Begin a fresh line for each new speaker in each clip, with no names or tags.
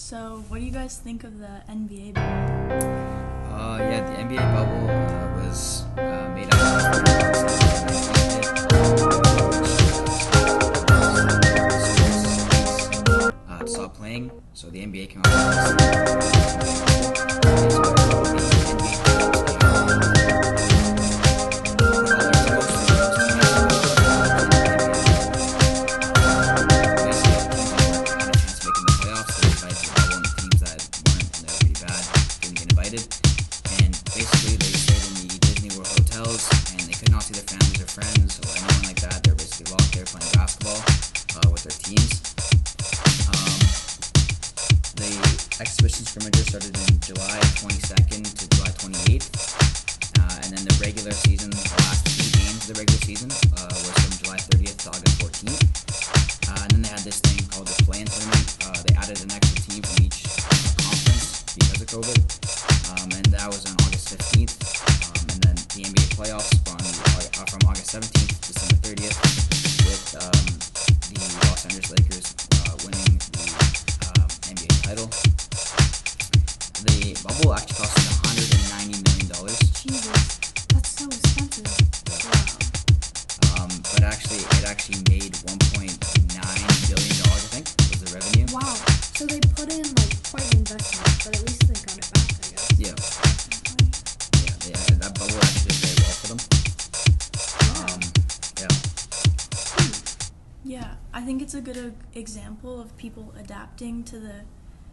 So, what do you guys think of the NBA? bubble?
Uh, yeah, the NBA bubble uh, was uh, made up of uh, stopped playing, so the NBA came out. with this. And basically, they stayed in the Disney World hotels, and they could not see their families or friends or anyone like that. They're basically locked there playing basketball uh, with their teams. Um, the exhibition scrimmages started in July 22nd to July 28th, uh, and then the regular season, the last two games of the regular season, uh, was from July 30th to August 14th. Uh, and then they had this thing called the play-in tournament. Uh, they added an extra team from each uh, conference because of COVID, um, and that was on August 15th. Um, and then the NBA playoffs from, uh, from August 17th to December 30th, with um, the Los Angeles Lakers uh, winning the um, NBA title. The bubble actually cost them 190 million dollars.
Jesus, that's so expensive. Wow.
Um, but actually, it actually made 1.9 billion dollars. I think was the revenue.
Wow. So they put in like quite an investment, but at least they got it back, I guess.
Yeah. Yeah, they, uh, that bubble actually did very well for them.
Oh.
Um, yeah,
Yeah, I think it's a good uh, example of people adapting to the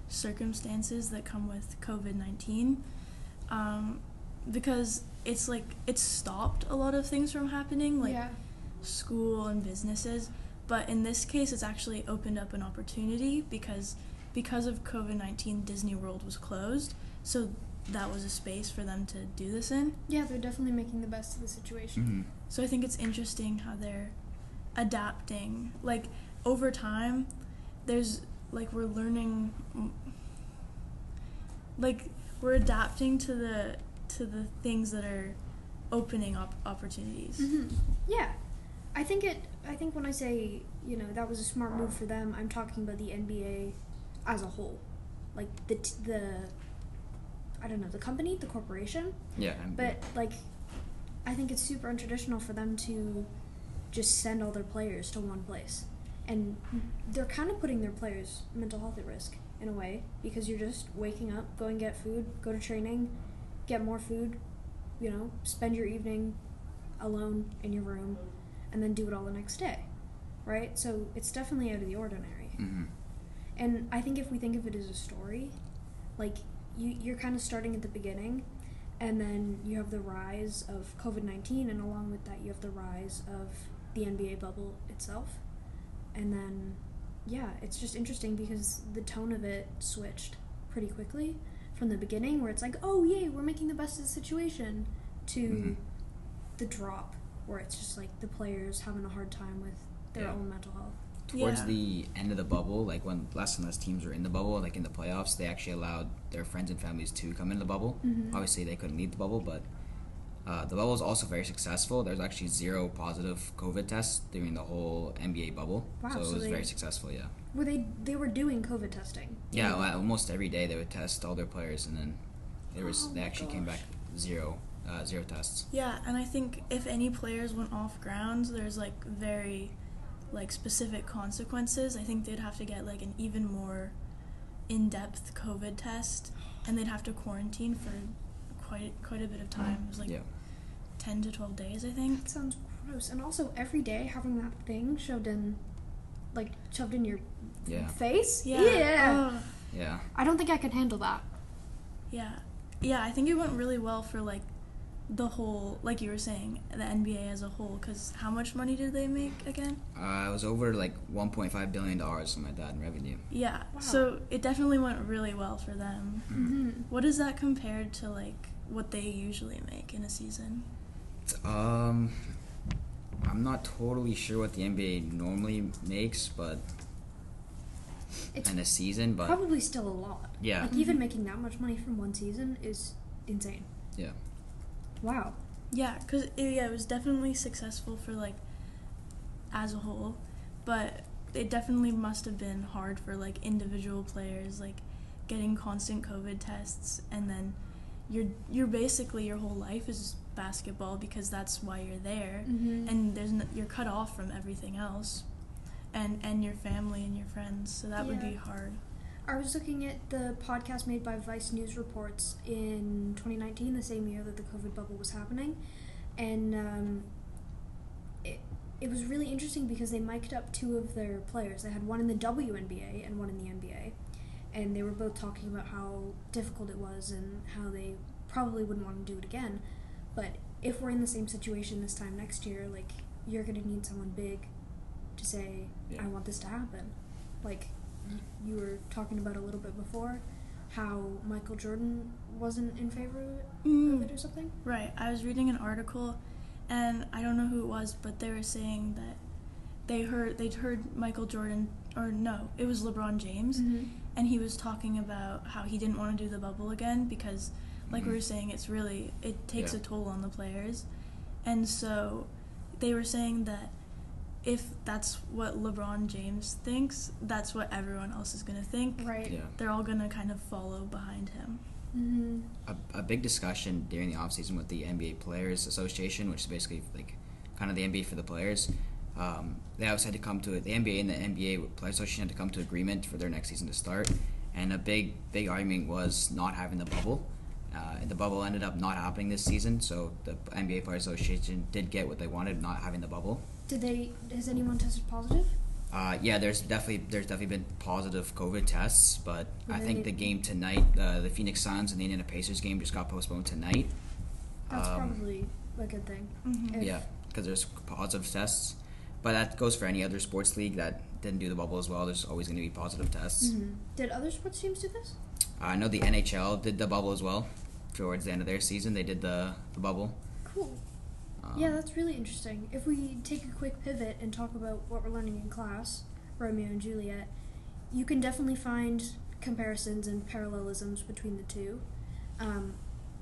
circumstances that come with COVID 19. Um, because it's like it's stopped a lot of things from happening, like
yeah.
school and businesses. But in this case, it's actually opened up an opportunity because because of COVID nineteen, Disney World was closed, so that was a space for them to do this in.
Yeah, they're definitely making the best of the situation.
Mhm.
So I think it's interesting how they're adapting. Like over time, there's like we're learning, m- like we're adapting to the to the things that are opening up opportunities.
hmm Yeah, I think it. I think when I say you know that was a smart move for them, I'm talking about the NBA as a whole, like the t- the I don't know the company, the corporation.
yeah. and-
But like, I think it's super untraditional for them to just send all their players to one place, and they're kind of putting their players' mental health at risk in a way because you're just waking up, go and get food, go to training, get more food, you know, spend your evening alone in your room, and then do it all the next day, right? So it's definitely out of the ordinary.
mhm.
And I think if we think of it as a story, like you, you're kind of starting at the beginning, and then you have the rise of COVID 19, and along with that, you have the rise of the NBA bubble itself. And then, yeah, it's just interesting because the tone of it switched pretty quickly from the beginning, where it's like, oh, yay, we're making the best of the situation, to
Mhm.
the drop, where it's just like the players having a hard time with their
Yeah.
own mental health.
Towards
Yeah.
the end of the bubble, like when less and less teams were in the bubble, like in the playoffs, they actually allowed their friends and families to come in the bubble.
Mhm.
Obviously, they couldn't leave the bubble, but uh, the bubble was also very successful. There's actually zero positive COVID tests during the whole NBA bubble,
Wow,
so it
so
was
they-
very successful. Yeah,
Where they, they were doing COVID testing.
yeah. well, almost every day they would test all their players, and then there was
Oh
they
my
actually came
gosh.
back zero, uh, zero tests.
Yeah, and I think if any players went off grounds, there's like very like specific consequences. I think they'd have to get like an even more in-depth COVID test and they'd have to quarantine for quite quite a bit of time. It was like
yeah.
10 to 12 days, I think.
That sounds gross. And also, every day having that thing shoved in, like shoved in your
Yeah,
face.
Yeah. Oh. Ugh.
yeah,
I don't think I could handle that.
yeah. Yeah, I think it went really well for like the whole like you were saying, the NBA as a whole cuz how much money did they make again?
uh, it was over like 1.5 billion dollars, something like that, in revenue.
Yeah.
Wow.
So it definitely went really well for them.
Mm.
hmm
What is that compared to like what they usually make in a season?
Um, I'm not totally sure what the NBA normally makes, but
It's
in a season, but
probably still a lot.
yeah,
Like even making that much money from one season is insane.
yeah,
Wow.
Yeah, cause it, yeah, it was definitely successful for like as a whole, but it definitely must have been hard for like individual players. Like getting constant COVID tests, and then you're you're basically your whole life is basketball because that's why you're there,
Mhm.
and there's no, you're cut off from everything else, and and your family and your friends. So that would
Yeah.
be hard.
I was looking at the podcast made by Vice News Reports in 2019, the same year that the COVID bubble was happening, and um, it it was really interesting because they mic'd up two of their players. They had one in the WNBA and one in the NBA, and they were both talking about how difficult it was and how they probably wouldn't want to do it again. But if we're in the same situation this time next year, like you're gonna need someone big to say,
Yeah.
"I want this to happen." Like y- you were talking about a little bit before, how Michael Jordan wasn't in favor of it, of
Mm.
it or something.
Right. I was reading an article, and I don't know who it was, but they were saying that they heard they'd heard Michael Jordan or no, it was LeBron James,
Mhm.
and he was talking about how he didn't want to do the bubble again because, like
Mhm.
we were saying, it's really it takes
Yeah.
a toll on the players, and so they were saying that if that's what LeBron James thinks, that's what everyone else is gonna think.
Right.
Yeah.
They're all gonna kind of follow behind him.
Mm-hmm.
a, a big discussion during the offseason with the NBA Players Association, which is basically like kind of the NBA for the players. Um, they always had to come to it. The NBA and the NBA Players Association had to come to agreement for their next season to start. And a big, big argument was not having the bubble. Uh, and the bubble ended up not happening this season, so the NBA Players Association did get what they wanted, not having the bubble.
Did they? Has anyone tested positive?
Uh, yeah, there's definitely there's definitely been positive COVID tests, but I
Really?
think the game tonight, uh, the Phoenix Suns and the Indiana Pacers game just got postponed tonight.
That's
Um,
probably a good thing.
Mhm.
if-
Yeah, because there's positive tests, but that goes for any other sports league that didn't do the bubble as well. There's always going to be positive tests. Uh,
Mhm. Did other sports teams do this?
I know the NHL did the bubble as well. Towards the end of their season, they did the, the bubble.
Cool.
Um,
yeah, that's really interesting. If we take a quick pivot and talk about what we're learning in class, Romeo and Juliet, you can definitely find comparisons and parallelisms between the two. Um,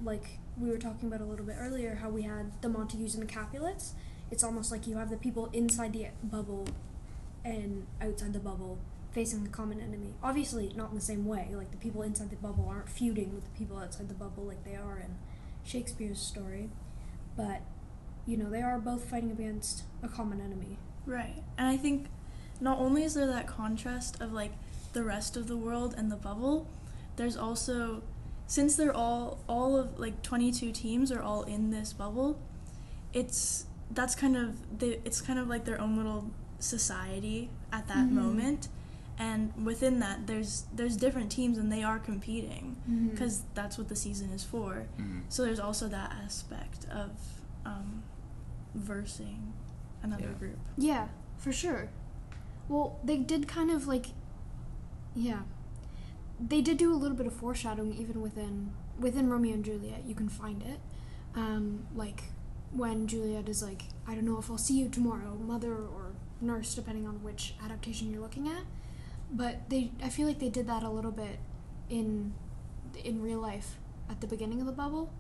like we were talking about a little bit earlier, how we had the Montagues and the Capulets. It's almost like you have the people inside the bubble and outside the bubble facing a common enemy. Obviously, not in the same way. Like the people inside the bubble aren't feuding with the people outside the bubble like they are in Shakespeare's story, but you know they are both fighting against a common enemy.
Right. And I think not only is there that contrast of like the rest of the world and the bubble, there's also since they're all all of like 22 teams are all in this bubble, it's that's kind of the it's kind of like their own little society at that
Mhm.
moment. And within that there's there's different teams and they are competing
Mhm.
because that's what the season is for.
mhm.
So there's also that aspect of um, versing another
Yeah.
group.
Yeah, for sure. Well, they did kind of like, yeah, they did do a little bit of foreshadowing even within within Romeo and Juliet. You can find it, um, like when Juliet is like, I don't know if I'll see you tomorrow, mother or nurse, depending on which adaptation you're looking at. But they, I feel like they did that a little bit in in real life at the beginning of the bubble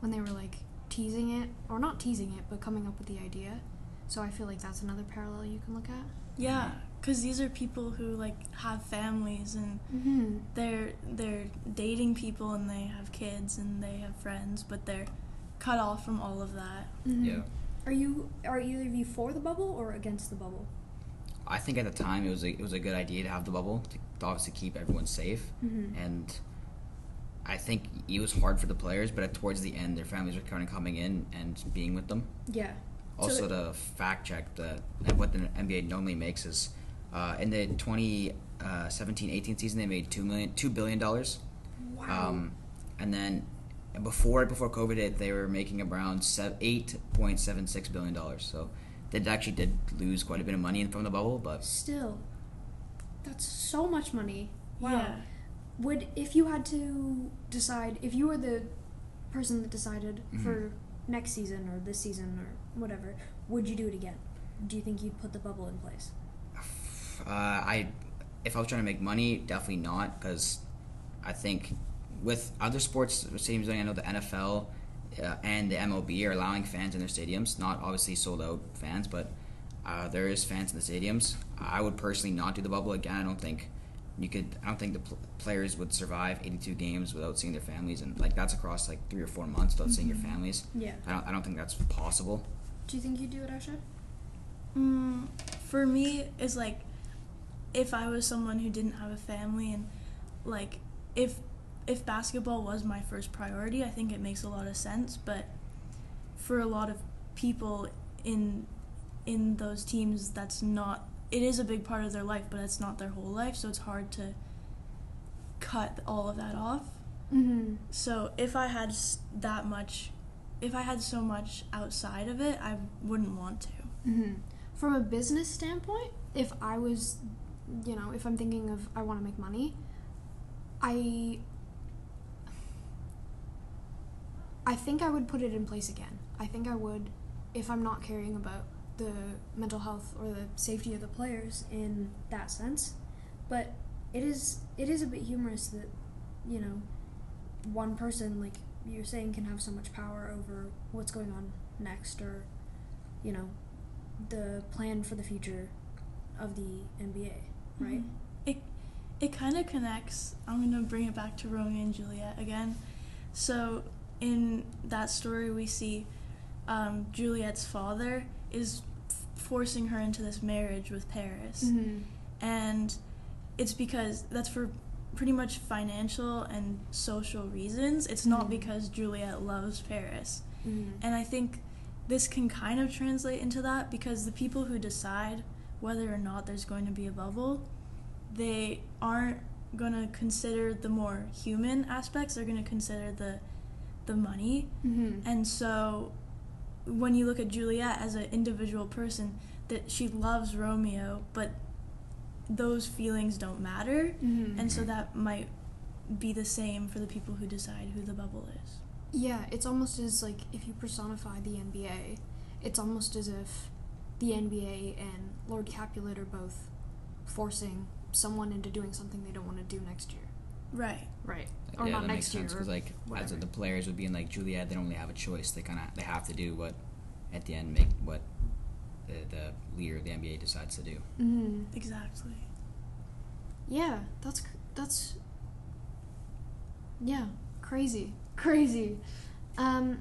when they were like teasing it or not teasing it, but coming up with the idea. So I feel like that's another parallel you can look at.
Yeah, because these are people who like have families and
Mm-hmm.
they're they're dating people and they have kids and they have friends, but they're cut off from all of that.
mm-hmm.
Yeah.
Are you are either of you for the bubble or against the bubble?
I think at the time it was a, it was a good idea to have the bubble to to obviously keep everyone safe,
Mhm.
and I think it was hard for the players. But towards the end, their families were kind of coming in and being with them.
Yeah.
Also,
so,
to fact check the what the NBA normally makes is uh, in the 2017-18 season they made two million two billion dollars,
wow.
um, and then before before COVID hit they were making around sev eight point seven six billion dollars. So they actually did lose quite a bit of money from the bubble, but
Still, that's so much money. Wow.
Yeah.
Would if you had to decide if you were the person that decided
Mhm.
for next season or this season or whatever, would you do it again? Do you think you'd put the bubble in place?
uh, I if I was trying to make money, definitely not because I think with other sports stadiums, I know the NFL uh, and the MLB are allowing fans in their stadiums. Not obviously sold out fans, but uh, there is fans in the stadiums. I would personally not do the bubble again. I don't think You could. I don't think the pl- players would survive 82 games without seeing their families, and like that's across like three or four months without seeing your families.
Yeah.
I don't. I don't think that's possible.
Do you think you'd do it, Asha?
Mm, for me, it's like if I was someone who didn't have a family and like if if basketball was my first priority, I think it makes a lot of sense. But for a lot of people in in those teams, that's not it is a big part of their life, but it's not their whole life, so it's hard to cut all of that off.
Mm-hmm.
So if I had s- that much, if I had so much outside of it, I wouldn't want to.
Mm-hmm. From a business standpoint, if I was, you know, if I'm thinking of I want to make money, I I think I would put it in place again. I think I would if I'm not caring about the mental health or the safety of the players in that sense. But it is it is a bit humorous that, you know, one person like you're saying can have so much power over what's going on next or you know, the plan for the future of the NBA, right?
It it kind of connects. I'm gonna bring it back to Romeo and Juliet again. So in that story, we see um, Juliet's father is f- forcing her into this marriage with Paris,
Mm-hmm.
Mm-hmm.
and it's because that's for pretty much financial and social reasons. It's not
Mhm.
because Juliet loves Paris.
Mm-hmm.
And I think this can kind of translate into that because the people who decide whether or not there's going to be a bubble, they aren't going to consider the more human aspects. They're going to consider the the money.
Mm-hmm.
And so when you look at Juliet as an individual person that she loves Romeo, but those feelings don't matter.
mm-hmm.
And so that might be the same for the people who decide who the bubble is.
yeah, it's almost as like if you personify the NBA, it's almost as if the NBA and Lord Capulet are both forcing someone into doing something they don't want to do next year,
Right.
right?
Like,
Or
yeah,
not
that makes
next year,
sense because
or
like as
whatever.
the players would be in like Juliet, they don't really have a choice. They kind of they have to do what at the end make what the, the leader of the NBA decides to do.
Mm-hmm.
Exactly.
Yeah, that's c- that's yeah, crazy, crazy. Um,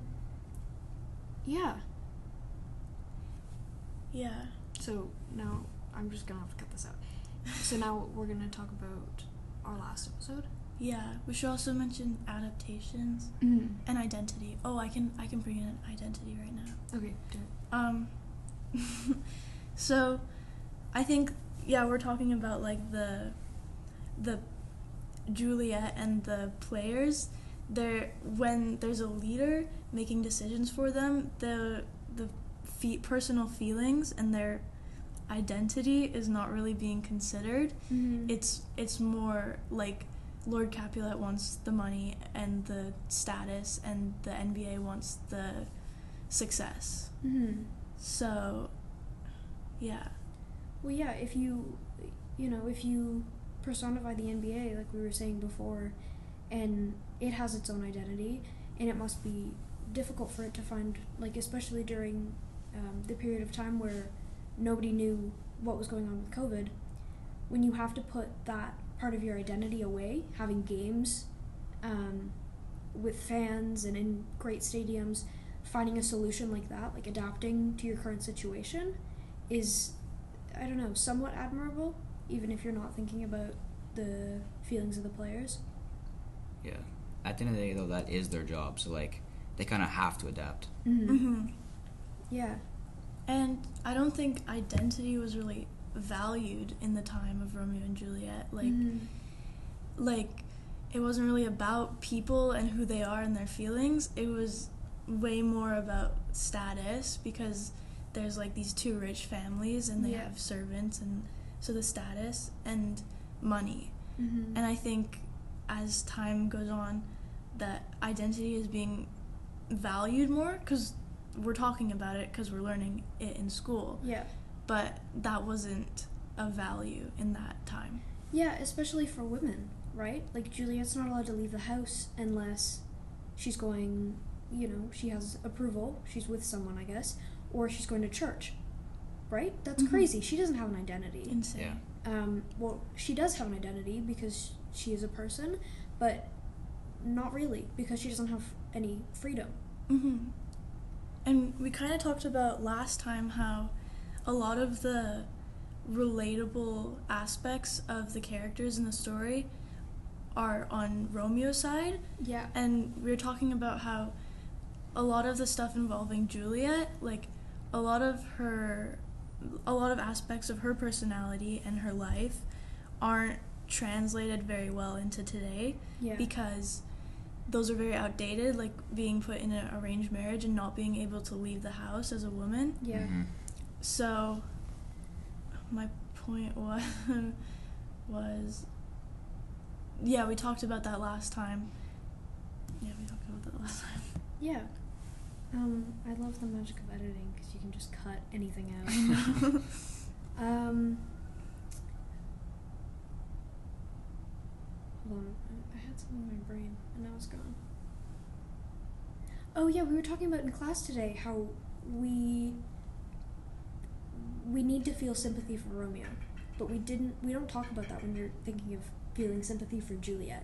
yeah.
Yeah.
So now I'm just gonna have to cut this out. So now we're gonna talk about our last episode.
Yeah, we should also mention adaptations
Mm-hmm.
Mm.
and identity. Oh, I can I can bring in identity right now.
Okay, do it.
Um, so I think yeah, we're talking about like the the Juliet and the players. There, when there's a leader making decisions for them, the the fe- personal feelings and their identity is not really being considered. it's it's more like Lord Capulet wants the money and the status, and the NBA wants the success.
Mm-hmm.
So, yeah,
Well, yeah. If you, you know, if you personify the NBA like we were saying before, and it has its own identity, and it must be difficult for it to find like especially during um, the period of time where nobody knew what was going on with COVID. When you have to put that part of your identity away, having games um, with fans and in great stadiums, finding a solution like that, like adapting to your current situation, is I don't know, somewhat admirable, even if you're not thinking about the feelings of the players.
Yeah. At the end of the day, though, that is their job. So like they kind of have to adapt.
Mm-hmm.
hmm
Yeah.
and I don't think identity was really valued in the time of Romeo and Juliet. Like,
Mm-hmm.
Mhm.
like it wasn't really about people and who they are and their feelings. It was way more about status because there's like these two rich families and they
Yeah.
have servants and so the status and money.
Mhm.
And I think as time goes on that identity is being valued more cuz we're talking about it cuz we're learning it in school.
yeah.
But that wasn't a value in that time.
Yeah, especially for women, right? Like Juliet's not allowed to leave the house unless she's going, you know, she has approval, she's with someone, I guess, or she's going to church. Right? That's
Mhm.
crazy. She doesn't have an identity.
Insane.
Yeah.
um, well, she does have an identity because she is a person, but not really because she doesn't have any freedom.
hmm And we kind of talked about last time how a lot of the relatable aspects of the characters in the story are on Romeo's side,
Yeah.
and we were talking about how a lot of the stuff involving Juliet, like a lot of her, a lot of aspects of her personality and her life aren't translated very well into today
Yeah.
because those are very outdated, like being put in an arranged marriage and not being able to leave the house as a woman.
yeah.
Mhm.
So, my point was, was, yeah, we talked about that last time. Yeah, we talked about that last time.
Yeah. Um, I love the magic of editing because you can just cut anything out. um, hold on, I- I had something in my brain and now it's gone. Oh yeah, we were talking about in class today how we we need to feel sympathy for Romeo, but we didn't. We don't talk about that when you're thinking of feeling sympathy for Juliet,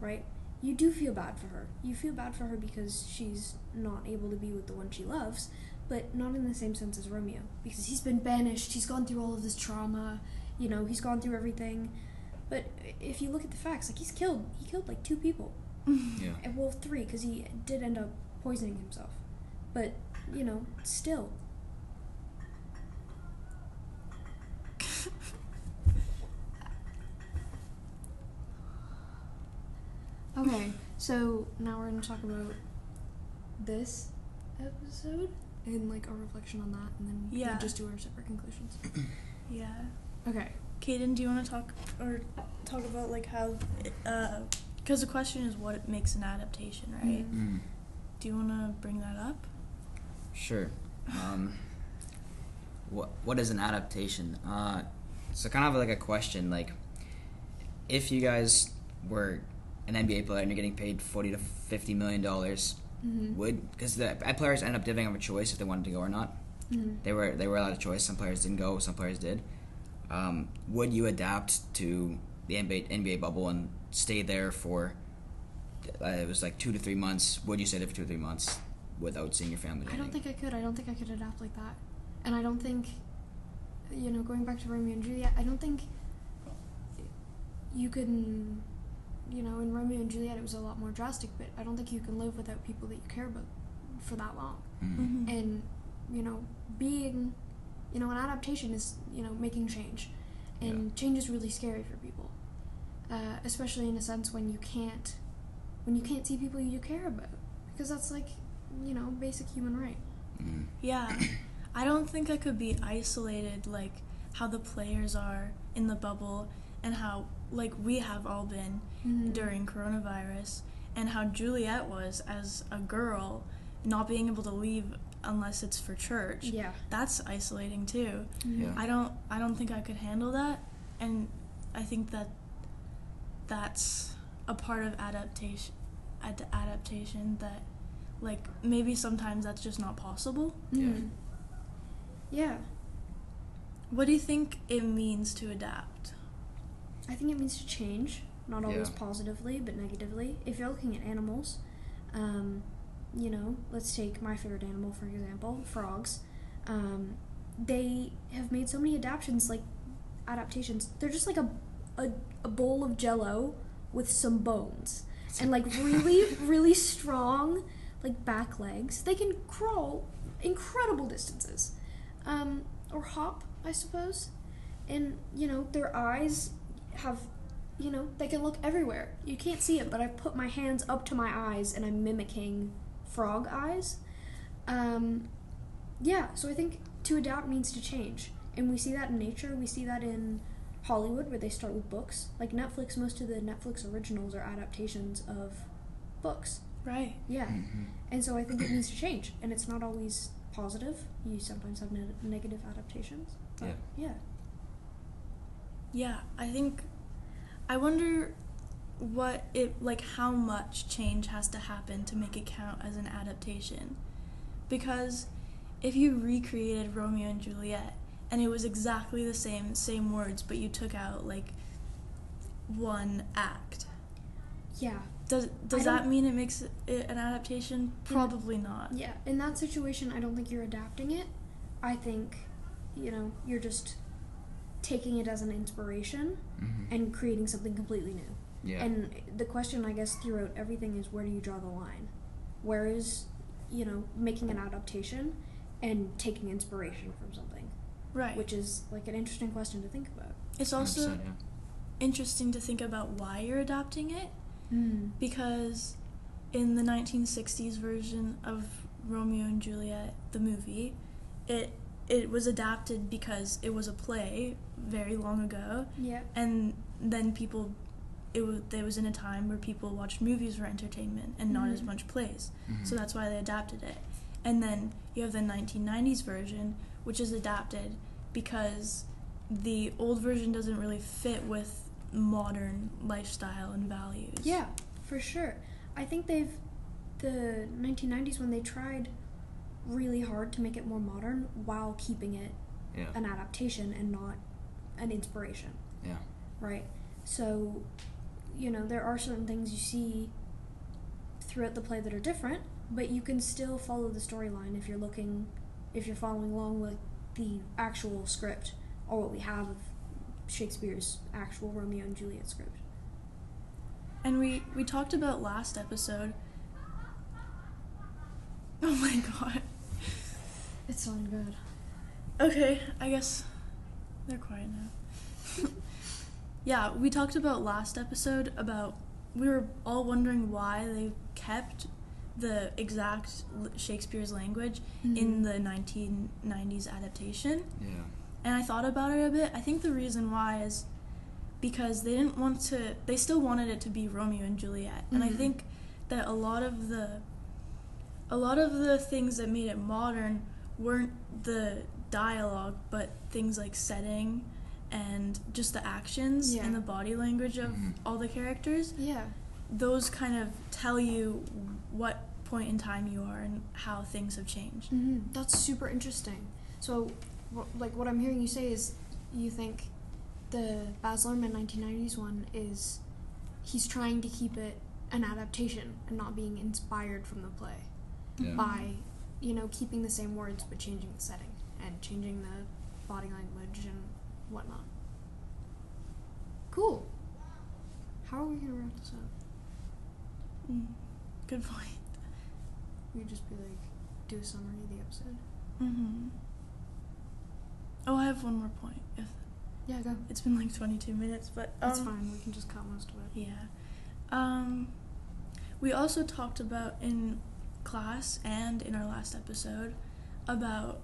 right? You do feel bad for her. You feel bad for her because she's not able to be with the one she loves, but not in the same sense as Romeo because he's been banished. He's gone through all of this trauma. You know, he's gone through everything. But if you look at the facts, like he's killed. He killed like two people.
Yeah.
Uh, Well, three, because he did end up poisoning himself. But, you know, still. okay, so now we're going to talk about this episode and, like, our reflection on that, and then
we Yeah. just
do our separate conclusions.
yeah.
Okay.
Kaden, do you want to talk or talk about like how, because the question is what makes an adaptation, right?
Mhm.
Mm.
Do you want to bring that up?
Sure. Um, what what is an adaptation? Uh, so kind of like a question, like if you guys were an NBA player and you're getting paid forty to fifty million dollars,
Mm-hmm.
Mhm.
would because the players end up giving up a choice if they wanted to go or not.
Mhm.
They were they were allowed a choice. Some players didn't go. Some players did. Um, would you adapt to the NBA, NBA bubble and stay there for? Uh, it was like two to three months. Would you stay there for two to three months without seeing your family?
I don't think I could. I don't think I could adapt like that. And I don't think, you know, going back to Romeo and Juliet, I don't think you can, you know, in Romeo and Juliet it was a lot more drastic, but I don't think you can live without people that you care about for that long.
Mhm.
And, you know, being, you know, an adaptation is, you know, making change. And change is really scary for people, uh, especially in a sense when you can't, when you can't see people you care about, because that's like, you know, basic human right.
Mm.
Yeah. I don't think I could be isolated like how the players are in the bubble and how like we have all been
Mhm.
during coronavirus and how Juliet was as a girl not being able to leave unless it's for church.
Yeah.
That's isolating too.
Yeah.
I don't I don't think I could handle that and I think that that's a part of adaptation ad- adaptation that like maybe sometimes that's just not possible.
Yeah.
Mhm. Yeah.
What do you think it means to adapt?
I think it means to change, not always
Yeah.
positively, but negatively. If you're looking at animals, um, you know, let's take my favorite animal for example, frogs. Um, they have made so many adaptations, like adaptations. They're just like a a, a bowl of Jello with some bones and like really, really strong, like back legs. They can crawl incredible distances, um, or hop, I suppose. And you know, their eyes have, you know, they can look everywhere. You can't see it, but I put my hands up to my eyes and I'm mimicking frog eyes. Um, yeah, so I think to adapt means to change. And we see that in nature, we see that in Hollywood where they start with books. Like Netflix, most of the Netflix originals are adaptations of books.
Right.
Yeah.
Mhm.
And so I think it needs to change. And it's not always positive. You sometimes have ne- negative adaptations. But
Yeah.
yeah.
Yeah, I think I wonder what it like how much change has to happen to make it count as an adaptation. Because if you recreated Romeo and Juliet and it was exactly the same same words, but you took out like one act.
Yeah.
Does does
don't-
that mean it makes it an adaptation? Probably not.
Yeah.
In that situation, I don't think you're adapting it.
I think, you know, you're just taking it as an inspiration
Mhm.
and creating something completely new.
Yeah.
And the question, I guess, throughout everything is where do you draw the line? Where is, you know, making an adaptation and taking inspiration from something?
Right.
Which is like an interesting question to think about.
it's also
100%, yeah.
interesting to think about why you're adapting it
Mm.
because in the 1960s version of Romeo and Juliet the movie it it was adapted because it was a play very long ago
Yeah.
and then people it was there was in a time where people watched movies for entertainment and not as
Mhm.
much plays
Mhm.
so that's why they adapted it and then you have the 1990s version which is adapted because the old version doesn't really fit with modern lifestyle and values
Yeah, for sure. I think they've the 1990s when they tried really hard to make it more modern while keeping it
Yeah.
an adaptation and not an inspiration,
Yeah.
right? So, you know, there are certain things you see throughout the play that are different, but you can still follow the storyline if you're looking if you're following along with the actual script or what we have of Shakespeare's actual Romeo and Juliet script.
and we we talked about last episode oh my god
It's not good.
Okay, I guess they're quiet now. yeah, we talked about last episode about we were all wondering why they kept the exact l- Shakespeare's language in the 1990s adaptation.
Yeah.
And I thought about it a bit. I think the reason why is because they didn't want to, they still wanted it to be Romeo and Juliet. And I
Mhm.
think that a lot of the, a lot of the things that made it modern weren't the dialogue, but things like setting and just the actions
Yeah.
and the body language of
Mhm.
all the characters.
Yeah.
Those kind of tell you what point in time you are and how things have changed.
hmm That's super interesting. So, wh- like, what I'm hearing you say is you think the Baz Luhrmann 1990s one is he's trying to keep it an adaptation and not being inspired from the play
Yeah.
by, you know, keeping the same words but changing the setting and changing the body language and whatnot. Cool. How are we gonna wrap this up?
Mm. Good point.
We could just be like, do a summary of the episode.
Mm-hmm. Oh, I have one more point. If
Yeah, go.
it's been like 22 minutes, but um,
That's fine. We can just cut most of it.
Yeah. Um, we also talked about in class and in our last episode about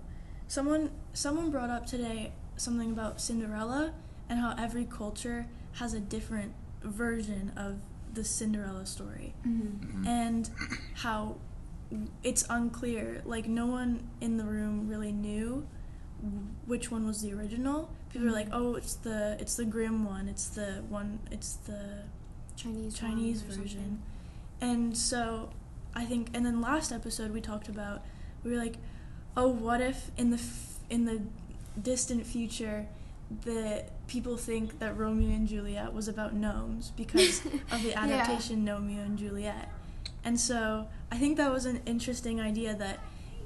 someone someone brought up today something about Cinderella and how every culture has a different version of the Cinderella story.
Mm-hmm.
Mhm.
and how it's unclear. Like no one in the room really knew which one was the original. People were like,
Mhm.
"Oh, it's the it's the grim one. It's the one. It's the
Chinese one
Chinese
or
version." And so, I think. And then last episode we talked about we were like, "Oh, what if in the f- in the distant future." The people think that Romeo and Juliet was about gnomes because
something.
of the
Yeah.
adaptation Romeo and Juliet. And so I think that was an interesting idea that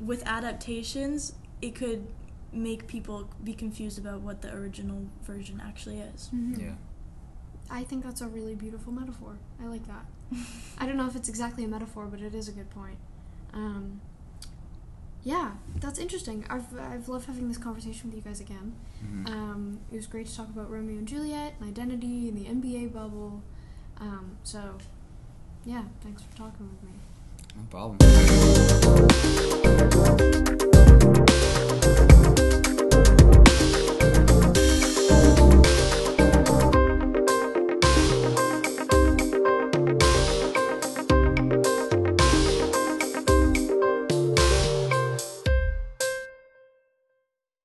with adaptations, it could make people be confused about what the original version actually is.
Mhm.
Mm-hmm. Yeah.
I think that's a really beautiful metaphor. I like that. I don't know if it's exactly a metaphor, but it is a good point. Um, yeah, that's interesting. I've, I've loved having this conversation with you guys again.
Mhm.
Um, it was great to talk about Romeo and Juliet and identity and the NBA bubble. Um, so, yeah, thanks for talking with me.
No problem.